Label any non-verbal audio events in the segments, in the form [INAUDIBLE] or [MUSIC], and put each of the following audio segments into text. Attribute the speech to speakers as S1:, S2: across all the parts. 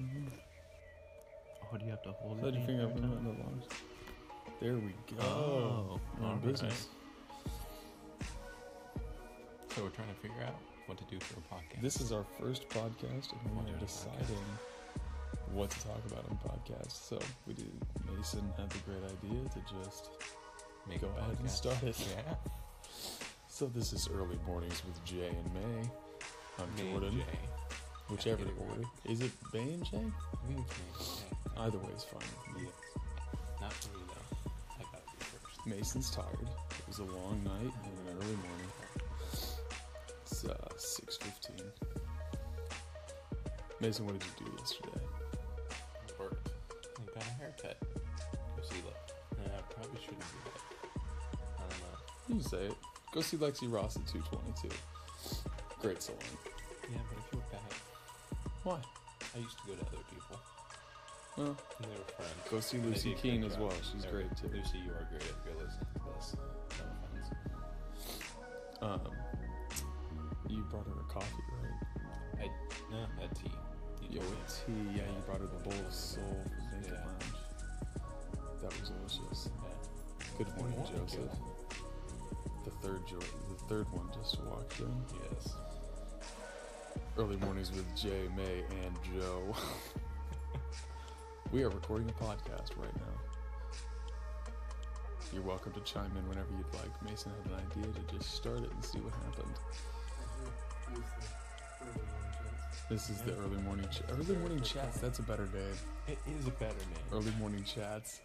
S1: Oh,
S2: What do you have to hold?
S1: Let
S2: it
S1: your
S2: in
S1: finger up
S2: every
S1: and run
S2: time?
S1: the lungs. There we go.
S2: Oh,
S1: We're in
S2: alright.
S1: business.
S2: So we're trying to figure out what to do for a podcast.
S1: This is our first podcast, and we
S2: We're doing
S1: are
S2: a
S1: deciding what to talk about on podcast. So we did. Mason had the great idea to just
S2: Make
S1: go
S2: a
S1: ahead and
S2: podcast.
S1: start it.
S2: Yeah.
S1: So this is early mornings with Jay and May. I'm
S2: Me and
S1: Jordan.
S2: Jay.
S1: Whichever
S2: get it
S1: order.
S2: right.
S1: Is it Bay and Jay?
S2: Me and Jay.
S1: Either way is fine. with me.
S2: Uh, Not for me though. I gotta be first.
S1: Mason's tired. It was a long night and an early morning. It's uh, six fifteen. Mason, what did you do yesterday?
S2: It worked. I got a haircut. Go see Lo- And I probably shouldn't do that. I don't know.
S1: You say it. Go see Lexi Ross at two twenty two. Great salon.
S2: Yeah, but I feel bad.
S1: Why?
S2: I used to go to other people.
S1: Well,
S2: And they were friends.
S1: go see
S2: And they
S1: Lucy
S2: did a
S1: King
S2: great
S1: as
S2: job.
S1: well. She's
S2: They're-
S1: great too.
S2: Lucy, you are great if you're listening to this. No offense.
S1: Um, you brought her a coffee, right?
S2: I no, a tea. You
S1: Yo,
S2: told me.
S1: with tea. Yeah, you brought her the bowl of soul from Naked
S2: Yeah.
S1: Lounge. That was delicious.
S2: Yeah.
S1: Good morning,
S2: morning,
S1: Joseph. The third, jo- the third one just walked in.
S2: Yes.
S1: Early mornings with Jay, May, and Joe. [LAUGHS] we are recording a podcast right now. You're welcome to chime in whenever you'd like. Mason had an idea to just start it and see what happened. This is the early morning ch- early morning chats. That's a better day.
S2: It is a better name.
S1: Early morning chats.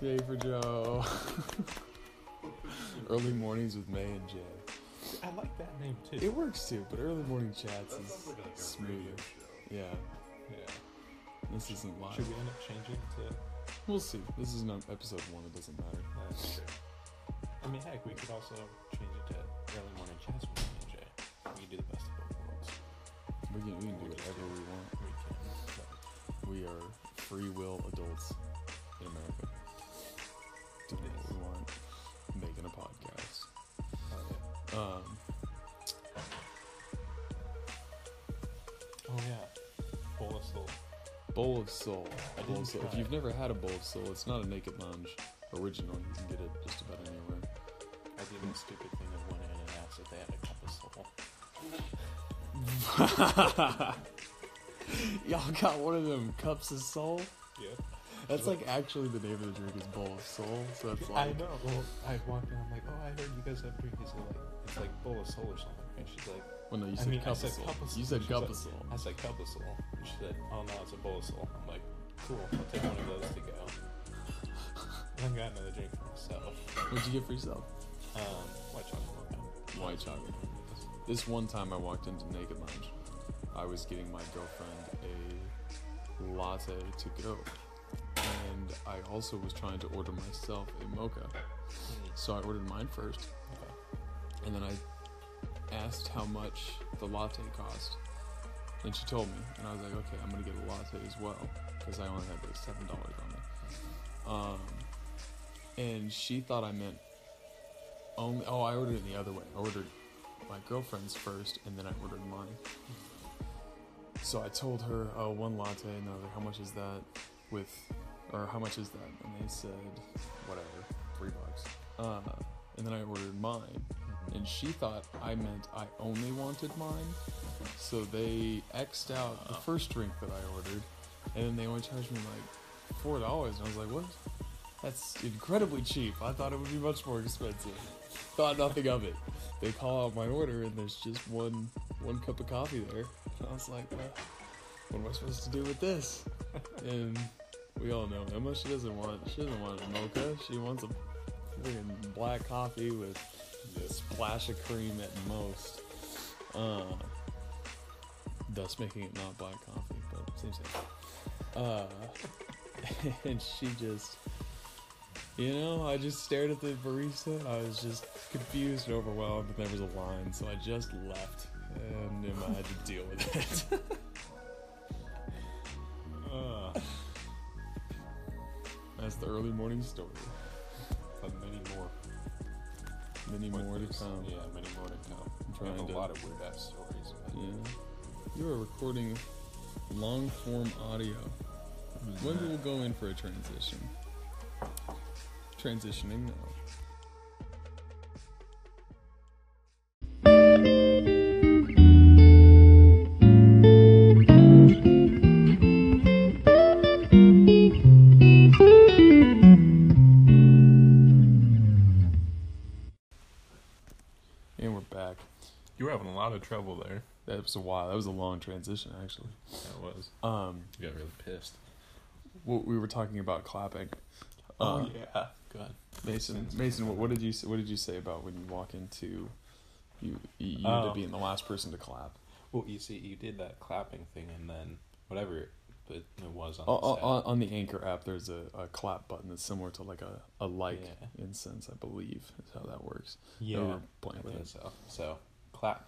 S1: Yay for Joe. [LAUGHS] early mornings with May and Jay.
S2: I like that name too.
S1: It works too, but early morning chats is smoother. Yeah,
S2: yeah.
S1: this isn't live.
S2: Should we end up changing to?
S1: We'll see. This is not episode one. It doesn't matter.
S2: That's true. I mean, heck, we could also change it to early morning chats with me and Jay. We can do the best of both worlds.
S1: We can, we can do whatever we want.
S2: We can.
S1: We are free will adults in America. Doing what we want, making a podcast. Um,
S2: Oh yeah. Full of soul.
S1: bowl of soul.
S2: I
S1: Bowl
S2: didn't
S1: of soul. If
S2: try.
S1: you've never had a bowl of soul, it's not a Naked Lounge original. You can get it just about anywhere.
S2: I did a stupid thing that went in and asked if they had a cup of soul. [LAUGHS]
S1: [LAUGHS] Y'all got one of them cups of soul.
S2: Yeah.
S1: That's like actually the name of the drink is bowl of soul. So it's
S2: I
S1: like
S2: know. Well, I walked in. I'm like, oh, I heard you guys have drinks. Like, it's like bowl of soul or something. And she's like,
S1: well no, you
S2: I
S1: said
S2: mean, I
S1: cup
S2: said
S1: of soul.
S2: cup of
S1: You
S2: soul.
S1: said
S2: She's
S1: cup
S2: like-
S1: of soul.
S2: I said cup of soul. And she said, oh no, it's a bowl of soul. I'm like, cool. I'll take one of those to go. And I got another drink for myself.
S1: What'd you get for yourself?
S2: Um, white chocolate milk.
S1: White chocolate. This one time I walked into Naked Lounge, I was getting my girlfriend a latte to go. And I also was trying to order myself a mocha.
S2: Mm,
S1: So I ordered mine first,
S2: okay.
S1: and then I asked how much the latte cost. And she told me, and I was like, okay, I'm gonna get a latte as well, because I only had like seven dollars on me. Um, and she thought I meant only. Oh, I ordered it the other way. I ordered my girlfriend's first, and then I ordered mine. So I told her, oh, one latte, and I was like, how much is that with, or how much is that? And they said, whatever, three bucks. Uh, and then I ordered mine, and she thought I meant I only wanted mine. So they xed out the first drink that I ordered, and then they only charged me like four dollars. And I was like, what? That's incredibly cheap. I thought it would be much more expensive. Thought nothing of it. They call out my order, and there's just one one cup of coffee there. And I was like, well, what am I supposed to do with this? And we all know Emma. She doesn't want she doesn't want a mocha. She wants a freaking black coffee with a splash of cream at most. Uh, thus making it not black coffee, but same same. Uh, [LAUGHS] and she just, you know, I just stared at the barista. I was just confused and overwhelmed, and there was a line, so I just left, and Emma had to deal with it. [LAUGHS]
S2: Uh,
S1: That's the early morning story.
S2: but many more.
S1: Many more to
S2: pointless.
S1: come.
S2: Yeah, many more to come.
S1: I'm
S2: We
S1: trying
S2: have a
S1: to-
S2: lot of weird ass stories. But
S1: Yeah. You are recording long form audio. Maybe we'll go in for a transition. Transitioning now. And we're back.
S2: You were having a lot of trouble there.
S1: That was a while. That was a long transition, actually.
S2: That was.
S1: Um,
S2: You got really pissed.
S1: what we were talking about clapping. Uh,
S2: Oh, yeah. Good.
S1: Mason, Mason, what, what did you say, what did you say about when you walk into you you need
S2: Oh.
S1: to being the last person to clap
S2: Well, you see, you did that clapping thing, and then whatever it, it was on
S1: on,
S2: the set.
S1: Oh, on, on the Anchor app? There's a, a clap button that's similar to like a, a like
S2: Yeah.
S1: incense, I believe is how that works.
S2: yeah,
S1: we were
S2: I
S1: playing with
S2: think
S1: it.
S2: so. So clap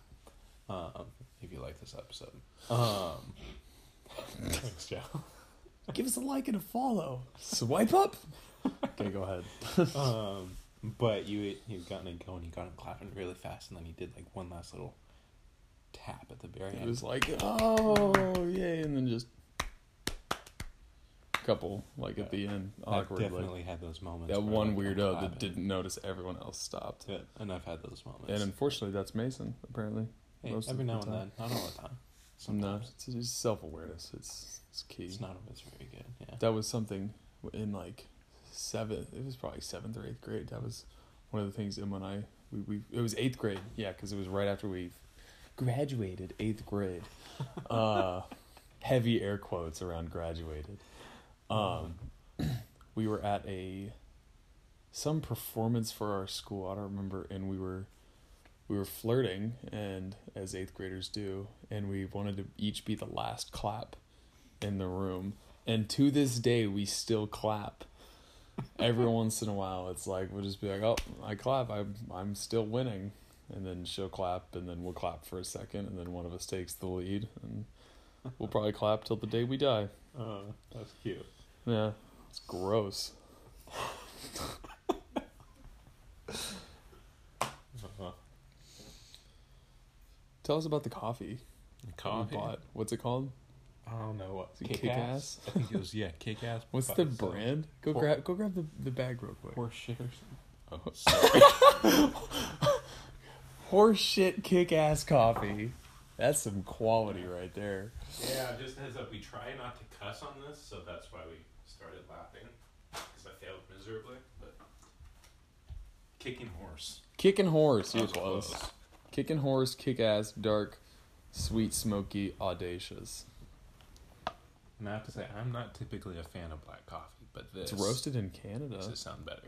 S2: um, if you like this episode. Um, [LAUGHS] thanks, Joe.
S1: Give us a like and a follow. Swipe [LAUGHS] up. okay, go ahead.
S2: Um, but you you got it going, you got him clapping really fast, and then he did like one last little tap at the very
S1: It
S2: end.
S1: was like oh yay, and then just couple like at the end
S2: I've
S1: awkward like
S2: definitely had those moments.
S1: that
S2: where,
S1: one
S2: like, I'm
S1: weirdo that
S2: clapping.
S1: didn't notice everyone else stopped.
S2: Yeah, and I've had those moments.
S1: And unfortunately, that's Mason. Apparently,
S2: Hey,
S1: most of
S2: every
S1: the
S2: now and
S1: time.
S2: then, not all the time.
S1: no,
S2: Sometimes
S1: it's just self awareness. It's it's key.
S2: it's not always very good. Yeah.
S1: that was something in like seventh. It was probably seventh or eighth grade. That was one of the things Emma and I we, we it was eighth grade. Yeah, because it was right after we graduated eighth grade. Uh, heavy air quotes around graduated. Um, we were at a some performance for our school. I don't remember, and we were we were flirting, and as eighth graders do, and we wanted to each be the last clap in the room. And to this day, we still clap. Every [LAUGHS] once in a while, it's like we'll just be like, "Oh, I clap. I'm I'm still winning," and then she'll clap, and then we'll clap for a second, and then one of us takes the lead, and we'll probably clap till the day we die.
S2: Oh, that's cute.
S1: Yeah, it's gross.
S2: Uh-huh.
S1: Tell us about the coffee, that we bought. What's it called?
S2: I don't know what.
S1: Is it Kick-Ass?
S2: I think it was yeah, kick ass.
S1: What's the brand? Go
S2: Hor-
S1: grab go grab the, the bag real quick.
S2: Horse shit or something. Oh, sorry.
S1: Horse shit kick ass coffee. That's some quality right there.
S3: Yeah, just heads up, we try not to cuss on this, so that's why we started laughing. Because I failed miserably, but. Kicking horse.
S1: Kicking horse, you're
S3: That's
S1: close.
S3: close.
S1: Kicking horse, kick ass, dark, sweet, smoky, audacious.
S2: And I have to say,
S3: I'm not typically a fan of black coffee, but this.
S1: It's roasted in
S3: Makes
S1: Canada.
S3: it sound better.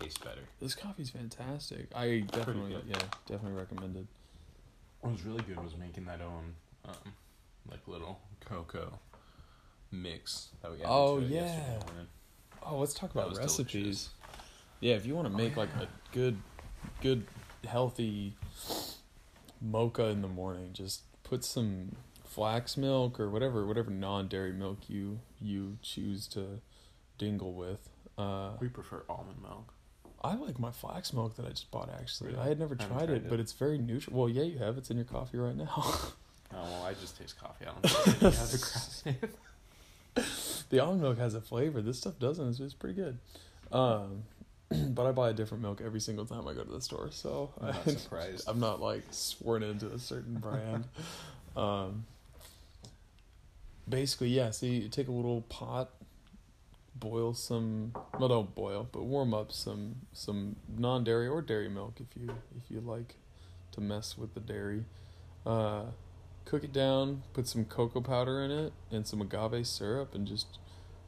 S3: Tastes better.
S1: This coffee's fantastic. I definitely
S3: good.
S1: yeah, definitely recommend it.
S2: what was really good was making that own, um, like little cocoa mix that we added
S1: Oh,
S2: to it
S1: yeah.
S2: yesterday morning.
S1: Oh, let's talk about
S2: was
S1: recipes.
S2: delicious.
S1: Yeah, if you want to make like a good, good, healthy mocha in the morning, just put some flax milk or whatever, whatever non-dairy milk you you choose to dingle with. Uh,
S2: We prefer almond milk.
S1: I like my flax milk that I just bought. Actually,
S2: Really?
S1: I had never
S2: I haven't
S1: tried,
S2: tried
S1: it,
S2: it.
S1: but it's very neutral. Well, yeah, you have. It's in your coffee right now. [LAUGHS]
S2: Oh well, I just taste coffee. I don't taste any other
S1: [LAUGHS]
S2: crap.
S1: the almond milk has a flavor. This stuff doesn't. It's, it's pretty good. Um, [CLEARS THROAT] but I buy a different milk every single time I go to the store, so
S2: I'm not
S1: I-
S2: surprised.
S1: I'm not like sworn into a certain brand. um, basically, yeah. So you take a little pot, boil some. Well, don't boil, but warm up some some non dairy or dairy milk if you if you like to mess with the dairy. Uh, cook it down, put some cocoa powder in it and some agave syrup, and just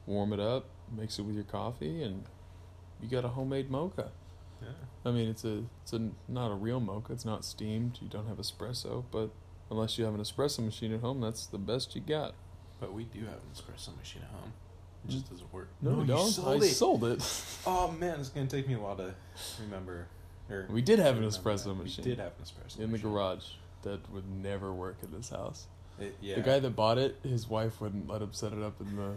S1: warm it up. Mix it with your coffee, and you got a homemade mocha.
S3: Yeah.
S1: I mean, it's a it's a not a real mocha. It's not steamed. You don't have espresso, but unless you have an espresso machine at home, that's the best you got.
S2: But we do have an espresso machine at home. It just doesn't work.
S1: No, we
S2: you
S1: don't.
S2: sold
S1: I
S2: it.
S1: sold it.
S2: Oh man, it's gonna take me a while to remember. [LAUGHS] Or
S1: [LAUGHS] We did have an
S2: remember
S1: espresso
S2: that.
S1: machine.
S2: We did have an espresso
S1: in the
S2: machine.
S1: garage. That would never work in this house.
S2: It, yeah.
S1: The guy that bought it, his wife wouldn't let him set it up in the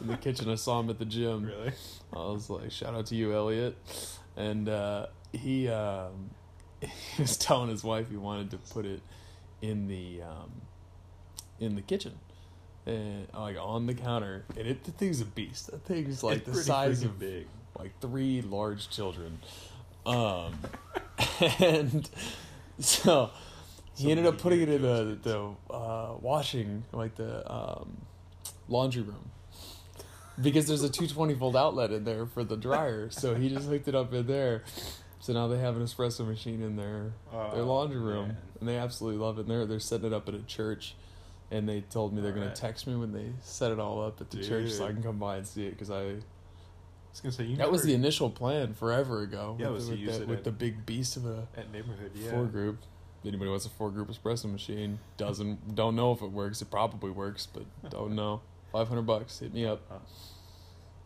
S1: in the kitchen. I saw him at the gym.
S2: [LAUGHS] really.
S1: I was like, shout out to you, Elliot. And uh, he um, [LAUGHS] he was telling his wife he wanted to put it in the um, in the kitchen, and like on the counter, and it the thing's a beast. That thing's like
S2: It's
S1: the
S2: pretty
S1: size
S2: freaking
S1: of
S2: big.
S1: like three large children. Um, [LAUGHS] and so he
S2: So
S1: ended up
S2: many
S1: putting it in the
S2: characteristics.
S1: the uh, washing, like the um, laundry room, because there's a 220 volt outlet in there for the dryer. So he just hooked it up in there. So now they have an espresso machine in their their
S2: Oh,
S1: laundry room,
S2: man.
S1: and they absolutely love it. And they're they're setting it up at a church. And they told me they're gonna
S2: Alright.
S1: text me when they set it all up at the church, so I
S2: Dude.
S1: can come by and see it because I
S2: I was gonna say you.
S1: that was the
S2: never-
S1: initial plan forever ago.
S2: Yeah,
S1: with
S2: was
S1: the,
S2: to
S1: with,
S2: use
S1: the,
S2: it
S1: with
S2: in-
S1: the big beast of a
S2: at neighborhood. Yeah.
S1: four group. Anybody wants a four group espresso machine? Doesn't don't know if it works. It probably works,
S2: [LAUGHS]
S1: but don't know. Five hundred bucks. Hit me up.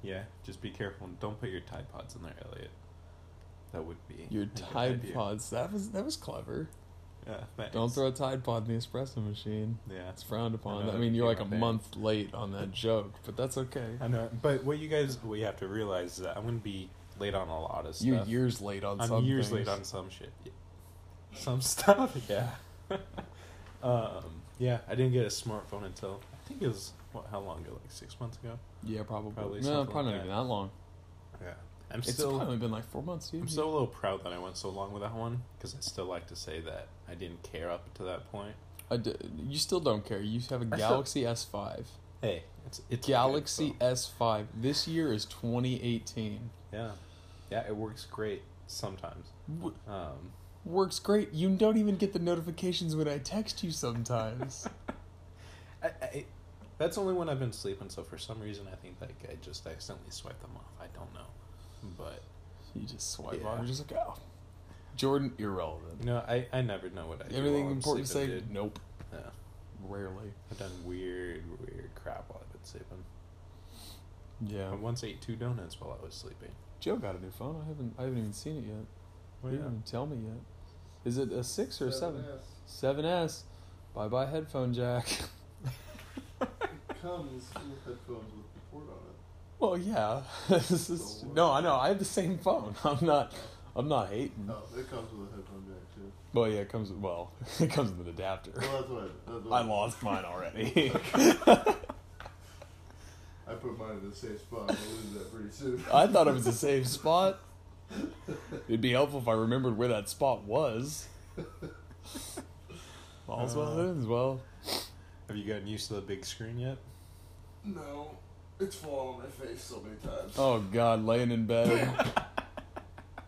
S2: Yeah. Just be careful and don't put your Tide Pods in there, Elliot. That would be
S1: Your
S2: a good
S1: Tide
S2: idea.
S1: Pods. That was that was clever.
S2: Yeah. thanks.
S1: Don't throw a Tide Pod in the espresso machine.
S2: Yeah.
S1: That's frowned upon.
S2: know
S1: I,
S2: that
S1: mean, you're
S2: became
S1: like a
S2: our thing.
S1: month late on that joke, but that's okay.
S2: I know, but what you guys what you have to realize is that I'm gonna be late on a lot of stuff.
S1: You're years late on
S2: I'm
S1: some
S2: years
S1: things.
S2: late on some shit. [LAUGHS] Yeah. Some stuff, [LAUGHS] yeah. um, yeah, I didn't get a smartphone until I think it was what? How long ago? Like six months ago.
S1: Yeah, probably.
S2: Probably
S1: no,
S2: something
S1: probably not
S2: like
S1: even
S2: that.
S1: that long.
S2: Yeah, I'm
S1: It's
S2: still
S1: probably been like four months. Dude.
S2: I'm so a little proud that I went so long without one because I still like to say that I didn't care up to that point.
S1: I d- you still don't care. You have a
S2: I still-
S1: Galaxy S5.
S2: Hey, it's it's a good
S1: Galaxy
S2: phone.
S1: S5. This year is 2018.
S2: Yeah, yeah, it works great sometimes.
S1: W-
S2: Um,
S1: works great. You don't even get the notifications when I text you
S2: [LAUGHS]
S1: sometimes.
S2: I, I, that's only when I've been sleeping. So for some reason, I think like I just accidentally swiped them off. I don't know, but
S1: you just swipe
S2: Yeah.
S1: off. You're just like, oh. Jordan, irrelevant.
S2: no, I, I never know what I do.
S1: Everything
S2: while I'm
S1: important to say?
S2: sleeping, dude.
S1: Nope.
S2: Yeah.
S1: Rarely.
S2: I've done weird, weird crap while I've been sleeping.
S1: Yeah.
S2: I once ate two donuts while I was sleeping.
S1: Joe got a new phone. I haven't. I haven't even seen it yet. he
S2: Well, Oh, yeah.
S1: didn't even tell me yet. Is it a six or a seven? Seven S. Bye bye headphone jack. [LAUGHS]
S4: It comes with headphones with the port on it.
S1: Well, yeah. [LAUGHS] this is, no, I know. I have the same phone. [LAUGHS] I'm not. I'm not hating.
S4: No, Oh, it comes with a headphone jack too.
S1: Well, yeah, it comes. Well, [LAUGHS] it comes with an adapter.
S4: Well, that's what I. That's what
S1: I lost mine already. [LAUGHS]
S4: I put mine in the safe spot. I'm gonna lose that pretty soon.
S1: [LAUGHS] I thought it was the same spot. It'd be helpful if I remembered where that spot was. All's
S2: Uh.
S1: well that ends well.
S2: Have you gotten used to the big screen yet?
S4: [LAUGHS] No, it's fallen on my face so many times.
S1: Oh God, laying in bed,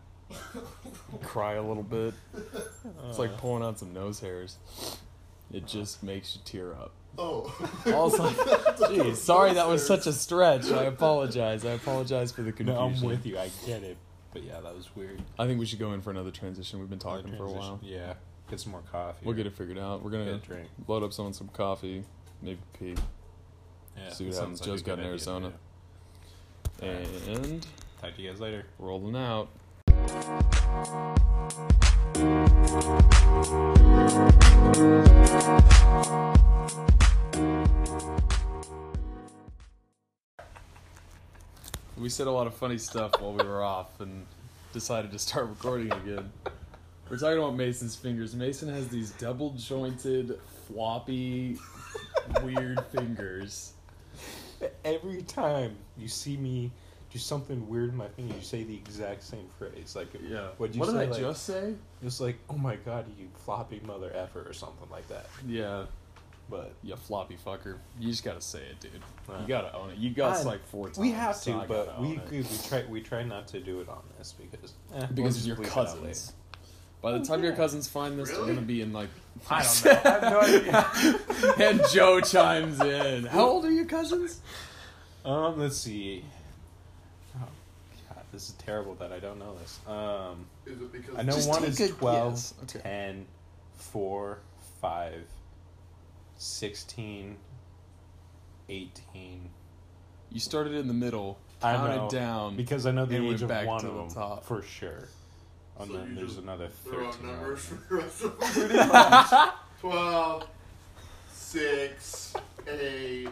S1: [LAUGHS] cry a little bit. It's
S2: Uh.
S1: like pulling out some nose hairs. It just makes you tear up.
S4: [LAUGHS] Oh.
S1: [LAUGHS] Also,
S4: [LAUGHS]
S1: geez, sorry that was such a stretch. I apologize. I apologize for the confusion.
S2: No, I'm with you. I get it. But yeah, that was weird.
S1: I think we should go in for another transition. We've been talking for a
S2: Transition-
S1: while.
S2: Yeah. Get some more coffee.
S1: We'll get it figured out. We're
S2: Get a
S1: gonna
S2: drink.
S1: load up someone some coffee, maybe pee,
S2: Yeah,
S1: See what
S2: that
S1: happens.
S2: sounds
S1: Joe's
S2: a
S1: got
S2: good
S1: an
S2: idea,
S1: Arizona.
S2: yeah. Alright,
S1: and
S2: Talk to you guys later.
S1: rolling out. We said a lot of funny stuff while we were off and decided to start recording again. We're talking about Mason's fingers. Mason has these double jointed, floppy, weird fingers.
S2: Every time you see me do something weird in my fingers, you say the exact same phrase. Like,
S1: Yeah.
S2: What'd you
S1: what
S2: say,
S1: did I
S2: like-
S1: just say?
S2: It was like, oh my god, you floppy mother effer or something like that.
S1: Yeah.
S2: But
S1: You floppy fucker. You just gotta say it, dude.
S2: Right.
S1: You gotta own it. You got
S2: I-
S1: like four times.
S2: we have
S1: so
S2: to,
S1: I gotta
S2: but
S1: own
S2: we
S1: it.
S2: we try we try not to do it on this because eh, we'll
S1: because
S2: just
S1: your
S2: bleep it out
S1: cousins. By
S2: Oh,
S1: the time your cousins find this, they're
S4: Really?
S1: gonna be in like. [LAUGHS]
S2: later. I don't know. I have no idea. [LAUGHS]
S1: and Joe chimes in. How old are your cousins?
S2: Um, let's see. Oh god, this is terrible that I don't know this. Um,
S4: Is it because
S2: I know
S1: Just
S2: one
S1: take
S2: is
S1: a
S2: 12,
S1: guess. Okay.
S2: 10, 4, 5, 16, 18.
S1: You started in the middle,
S2: I
S1: counted
S2: know,
S1: down.
S2: Because I know the
S1: And went
S2: age of
S1: back
S2: one
S1: to
S2: of
S1: the
S2: them
S1: top.
S2: for sure. And
S4: So
S2: then
S4: you
S2: there's
S4: just
S2: another 13.
S4: they're on
S2: year old.
S4: numbers for the rest
S1: [LAUGHS]
S4: of them? 12, 6, 8.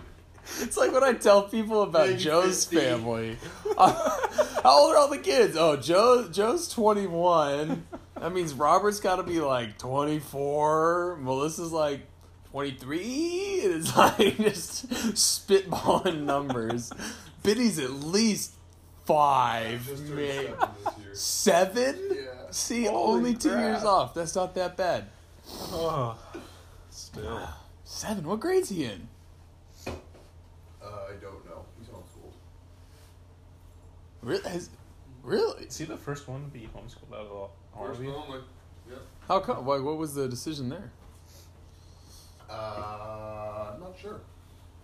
S1: It's like when I tell people about
S4: Big
S1: Joe's
S4: 50.
S1: family. [LAUGHS] how old are all the kids? Oh, Joe Joe's 21. That means Robert's got to be like 24. Melissa's like 23. It is like [LAUGHS] just spitballing numbers. Biddy's at least five,
S4: Just turned
S1: maybe
S4: seven this
S1: seven.
S4: year. Yeah.
S1: See,
S2: Holy
S1: only two
S2: crap.
S1: years off. That's not that bad.
S2: Oh, still.
S1: Seven. What grade's he in?
S4: Uh, I don't know. He's homeschooled.
S1: Really? Has, really?
S2: Is he the first one to be homeschooled out of all?
S4: First and only. Yep.
S1: How come? Why, what was the decision there?
S4: Uh, I'm not sure.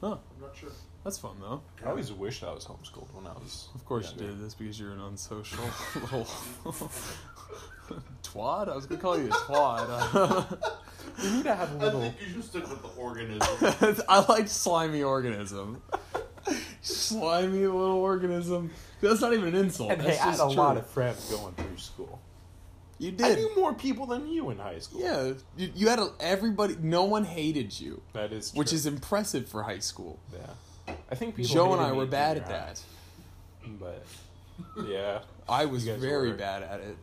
S1: Huh?
S4: I'm not sure.
S1: That's fun though.
S2: I always wished I was homeschooled when I was.
S1: Of course you
S2: younger.
S1: did this because you're an unsocial [LAUGHS] little twad. I was gonna call you a twad.
S2: We need to have a
S4: I
S2: little. [LAUGHS]
S4: think you should stick with the organism.
S1: [LAUGHS] I like slimy organism. slimy little organism. That's not even an insult.
S2: And hey,
S1: That's
S2: I had
S1: just
S2: a
S1: true.
S2: lot of friends going through school.
S1: You
S2: I
S1: did.
S2: knew more people than you in high school.
S1: Yeah, you, you had a, everybody. No one hated you,
S2: that is true.
S1: which is impressive for high school.
S2: yeah. I think people
S1: Joe and
S2: hated
S1: I
S2: me
S1: were
S2: in
S1: bad at
S2: junior high,
S1: that.
S2: but [LAUGHS] yeah,
S1: I was
S2: You guys
S1: very
S2: were.
S1: bad at it.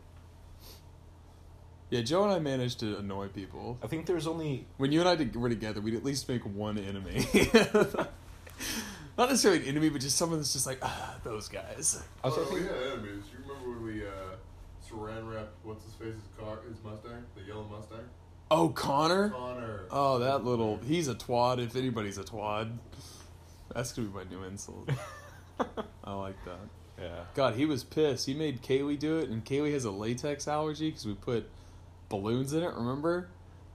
S1: Yeah, Joe and I managed to annoy people.
S2: I think there's only
S1: When you and I did- were together, we'd at least make one enemy. [LAUGHS] Not necessarily an enemy, but just someone that's just like, ah, those guys.
S2: I was
S4: oh, [LAUGHS]
S2: thinking-
S4: yeah, enemies. You remember when we uh, saran wrapped what's his face's car, his Mustang, the yellow Mustang?
S1: Oh, Connor?
S4: Connor.
S1: Oh, that little. He's a twad if anybody's a twad. That's gonna be my new insult. I like that.
S2: yeah.
S1: God, he was pissed. He made Kaylee do it, and Kaylee has a latex allergy because we put balloons in it, remember?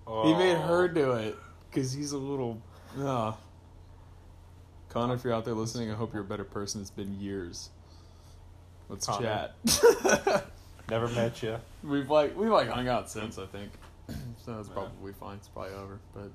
S1: He
S2: Oh.
S1: made her do it because he's a little. Uh. Connor, if you're out there listening, I hope you're a better person. It's been years. Let's
S2: Connor.
S1: chat. [LAUGHS]
S2: Never met you.
S1: we've like we've like hung out since I think, so that's probably fine. It's probably over. But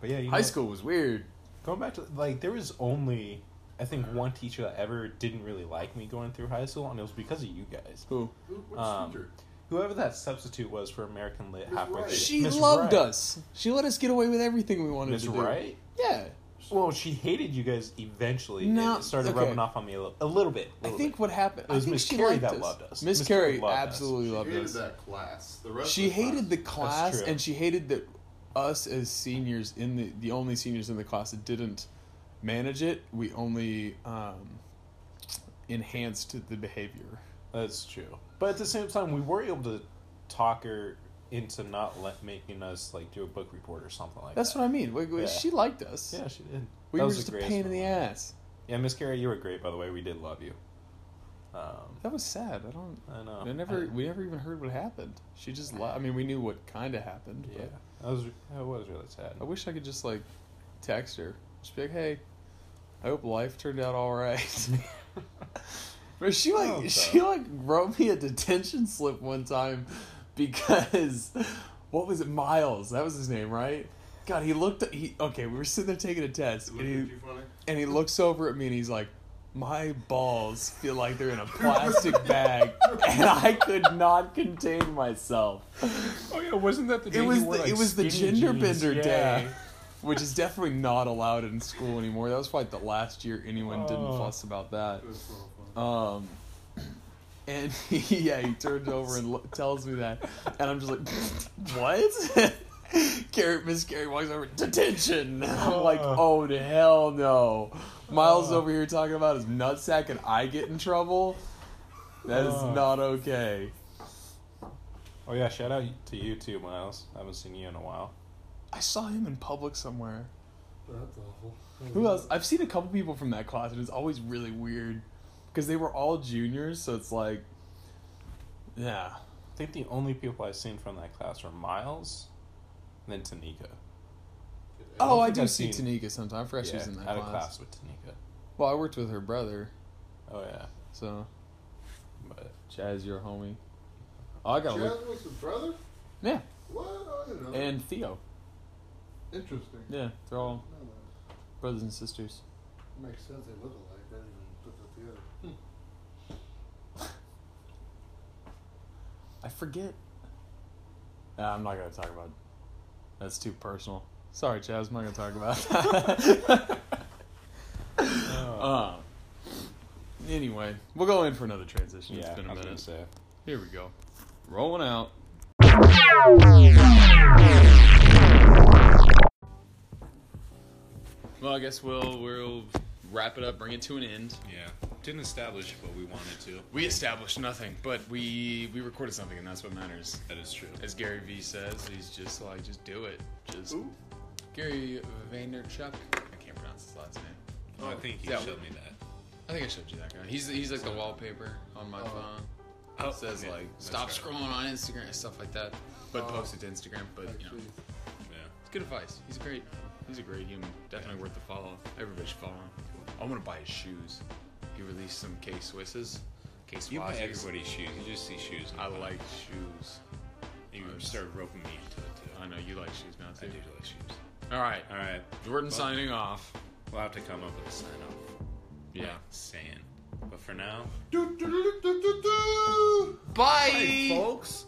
S2: But yeah, you
S1: high
S2: know,
S1: school was weird.
S2: Going back to like, there was only I think one teacher that ever didn't really like me going through high school, and it was because of you guys.
S1: Who?
S4: Who- Which
S2: Um,
S4: teacher?
S2: Whoever that substitute was for American Lit
S4: Miss
S2: halfway,
S4: Wright.
S2: through-
S1: She
S2: Miss
S1: loved
S2: Wright.
S1: us. She let us get away with everything we wanted
S2: Miss
S1: to do.
S2: Wright.
S1: Yeah.
S2: Well, she hated you guys eventually.
S1: No,
S2: and it started
S1: okay.
S2: rubbing off on me a little, a little bit.
S1: I
S2: little
S1: think
S2: bit.
S1: what happened.
S2: It
S1: I
S2: was
S1: think
S2: Miss
S1: she
S2: Carey
S1: liked
S2: that
S1: us.
S2: loved us.
S1: Miss
S2: Miss
S1: Carey
S2: Carey loved us.
S1: absolutely
S4: She
S1: loved
S4: hated
S1: us.
S4: that class. The rest.
S1: She
S4: of the
S1: hated the
S4: class.
S1: class,
S2: true.
S1: and she hated that us as seniors in the the only seniors in the class that didn't manage it. We only um, enhanced the behavior.
S2: That's true. But at the same time, we were able to talk her into not let, making us like do a book report or something like
S1: That's
S2: that.
S1: what I mean. We, we-
S2: Yeah.
S1: She liked us.
S2: Yeah, she did.
S1: we
S2: That
S1: were
S2: was
S1: just a
S2: greatest
S1: pain in the
S2: moment.
S1: ass.
S2: Yeah, Miss Carey, you were great by the way. We did love you. Um,
S1: That was sad. I don't.
S2: I know.
S1: I never.
S2: I-
S1: we never even heard what happened. She just. li I mean, we knew what kind of happened.
S2: yeah,
S1: But
S2: that was that was really sad.
S1: I wish I could just like text her. Just be like, hey, I hope life turned out all right. but she like
S2: Oh,
S1: she
S2: God.
S1: like wrote me a detention slip one time because what was it? Miles, that was his name, right? God, he looked. He okay. We were sitting there taking a test,
S4: Looked
S1: and
S4: at
S1: he
S4: you funny.
S1: and he looks over at me and he's like, "My balls feel like they're in a plastic bag," and I could not contain myself.
S2: Oh yeah, wasn't that the
S1: It was the, it was the gender bender day,
S2: Yeah.
S1: which is definitely not allowed in school anymore. That was probably the last year anyone didn't
S2: Oh.
S1: fuss about that.
S4: It was so funny.
S1: Um, [CLEARS THROAT] and [LAUGHS] he, yeah, he turns over and lo- tells me that, and I'm just like, [LAUGHS] what? [LAUGHS] Carrie, Miss Carrie walks over, detention. [LAUGHS] I'm like,
S2: Oh.
S1: oh to hell no. Miles
S2: Oh.
S1: over here talking about his nutsack, and I get in trouble. That is
S2: Oh.
S1: not okay.
S2: Oh yeah, shout out to you too, Miles. I haven't seen you in a while.
S1: I saw him in public somewhere.
S4: That's awful.
S1: Who else? I've seen a couple people from that class, and it's always really weird because they were all juniors, so it's like, yeah,
S2: I think the only people I've seen from that class are Miles, and then Tanika. don't
S1: Oh, I
S2: think
S1: do
S2: I've
S1: see
S2: seen-
S1: Tanika sometimes. I forgot she was
S2: Yeah,
S1: in that
S2: out
S1: class.
S2: of class with Tanika.
S1: Well, I worked with her brother,
S2: Oh yeah,
S1: so
S2: but
S1: Chaz, your homie. Oh, I got
S4: Chad
S1: look.
S4: was his brother.
S1: Yeah,
S4: What? I didn't know.
S1: and Theo.
S4: interesting.
S1: Yeah, they're all
S4: No, no,
S1: brothers and sisters.
S4: it makes sense. They look alike. I didn't even put that together.
S1: I forget. Nah, I'm not gonna talk about. That's too personal. Sorry, Chaz. I'm not gonna talk about that.
S2: [LAUGHS]
S1: [LAUGHS] uh, anyway, we'll go in for another transition.
S2: yeah,
S1: it's been
S2: I
S1: a
S2: was gonna
S1: minute.
S2: say.
S1: Here we go. Rolling out. Well, I guess we'll we'll wrap it up, bring it to an end.
S2: Yeah. Didn't establish what we wanted to.
S1: We established nothing, but we we recorded something, and that's what matters.
S2: That is true.
S1: As Gary Vee says, he's just like, just do it. Just
S5: Ooh.
S1: Gary Vaynerchuk. I can't pronounce his last name.
S2: Oh, I think he
S1: Yeah,
S2: showed
S1: we-
S2: me that.
S1: I think I showed you that guy. He's he's like the wallpaper on my
S5: Oh.
S1: phone.
S2: Oh,
S1: It says
S2: yeah,
S1: like
S2: that's
S1: stop
S2: right.
S1: scrolling on Instagram and stuff like that. But
S5: Oh.
S1: post it to Instagram. But you know,
S5: Actually,
S2: Yeah.
S1: it's good advice. He's a great. He's a great human. Definitely worth the follow. Everybody should follow him. I want to buy his shoes. He released some K Swisses, K
S2: You buy
S1: Swazes.
S2: everybody's shoes. You just see shoes.
S1: I like shoes.
S2: You
S1: I was-
S2: start roping me into it too.
S1: I know you like shoes now
S2: I
S1: too.
S2: do like shoes.
S1: All right,
S2: All right.
S1: Jordan
S2: Well-
S1: signing off.
S2: We'll have to come up with a sign off.
S1: Yeah.
S2: Saying. But for now.
S5: Do, do, do, do, do, do, do.
S1: Bye.
S5: Hey, folks.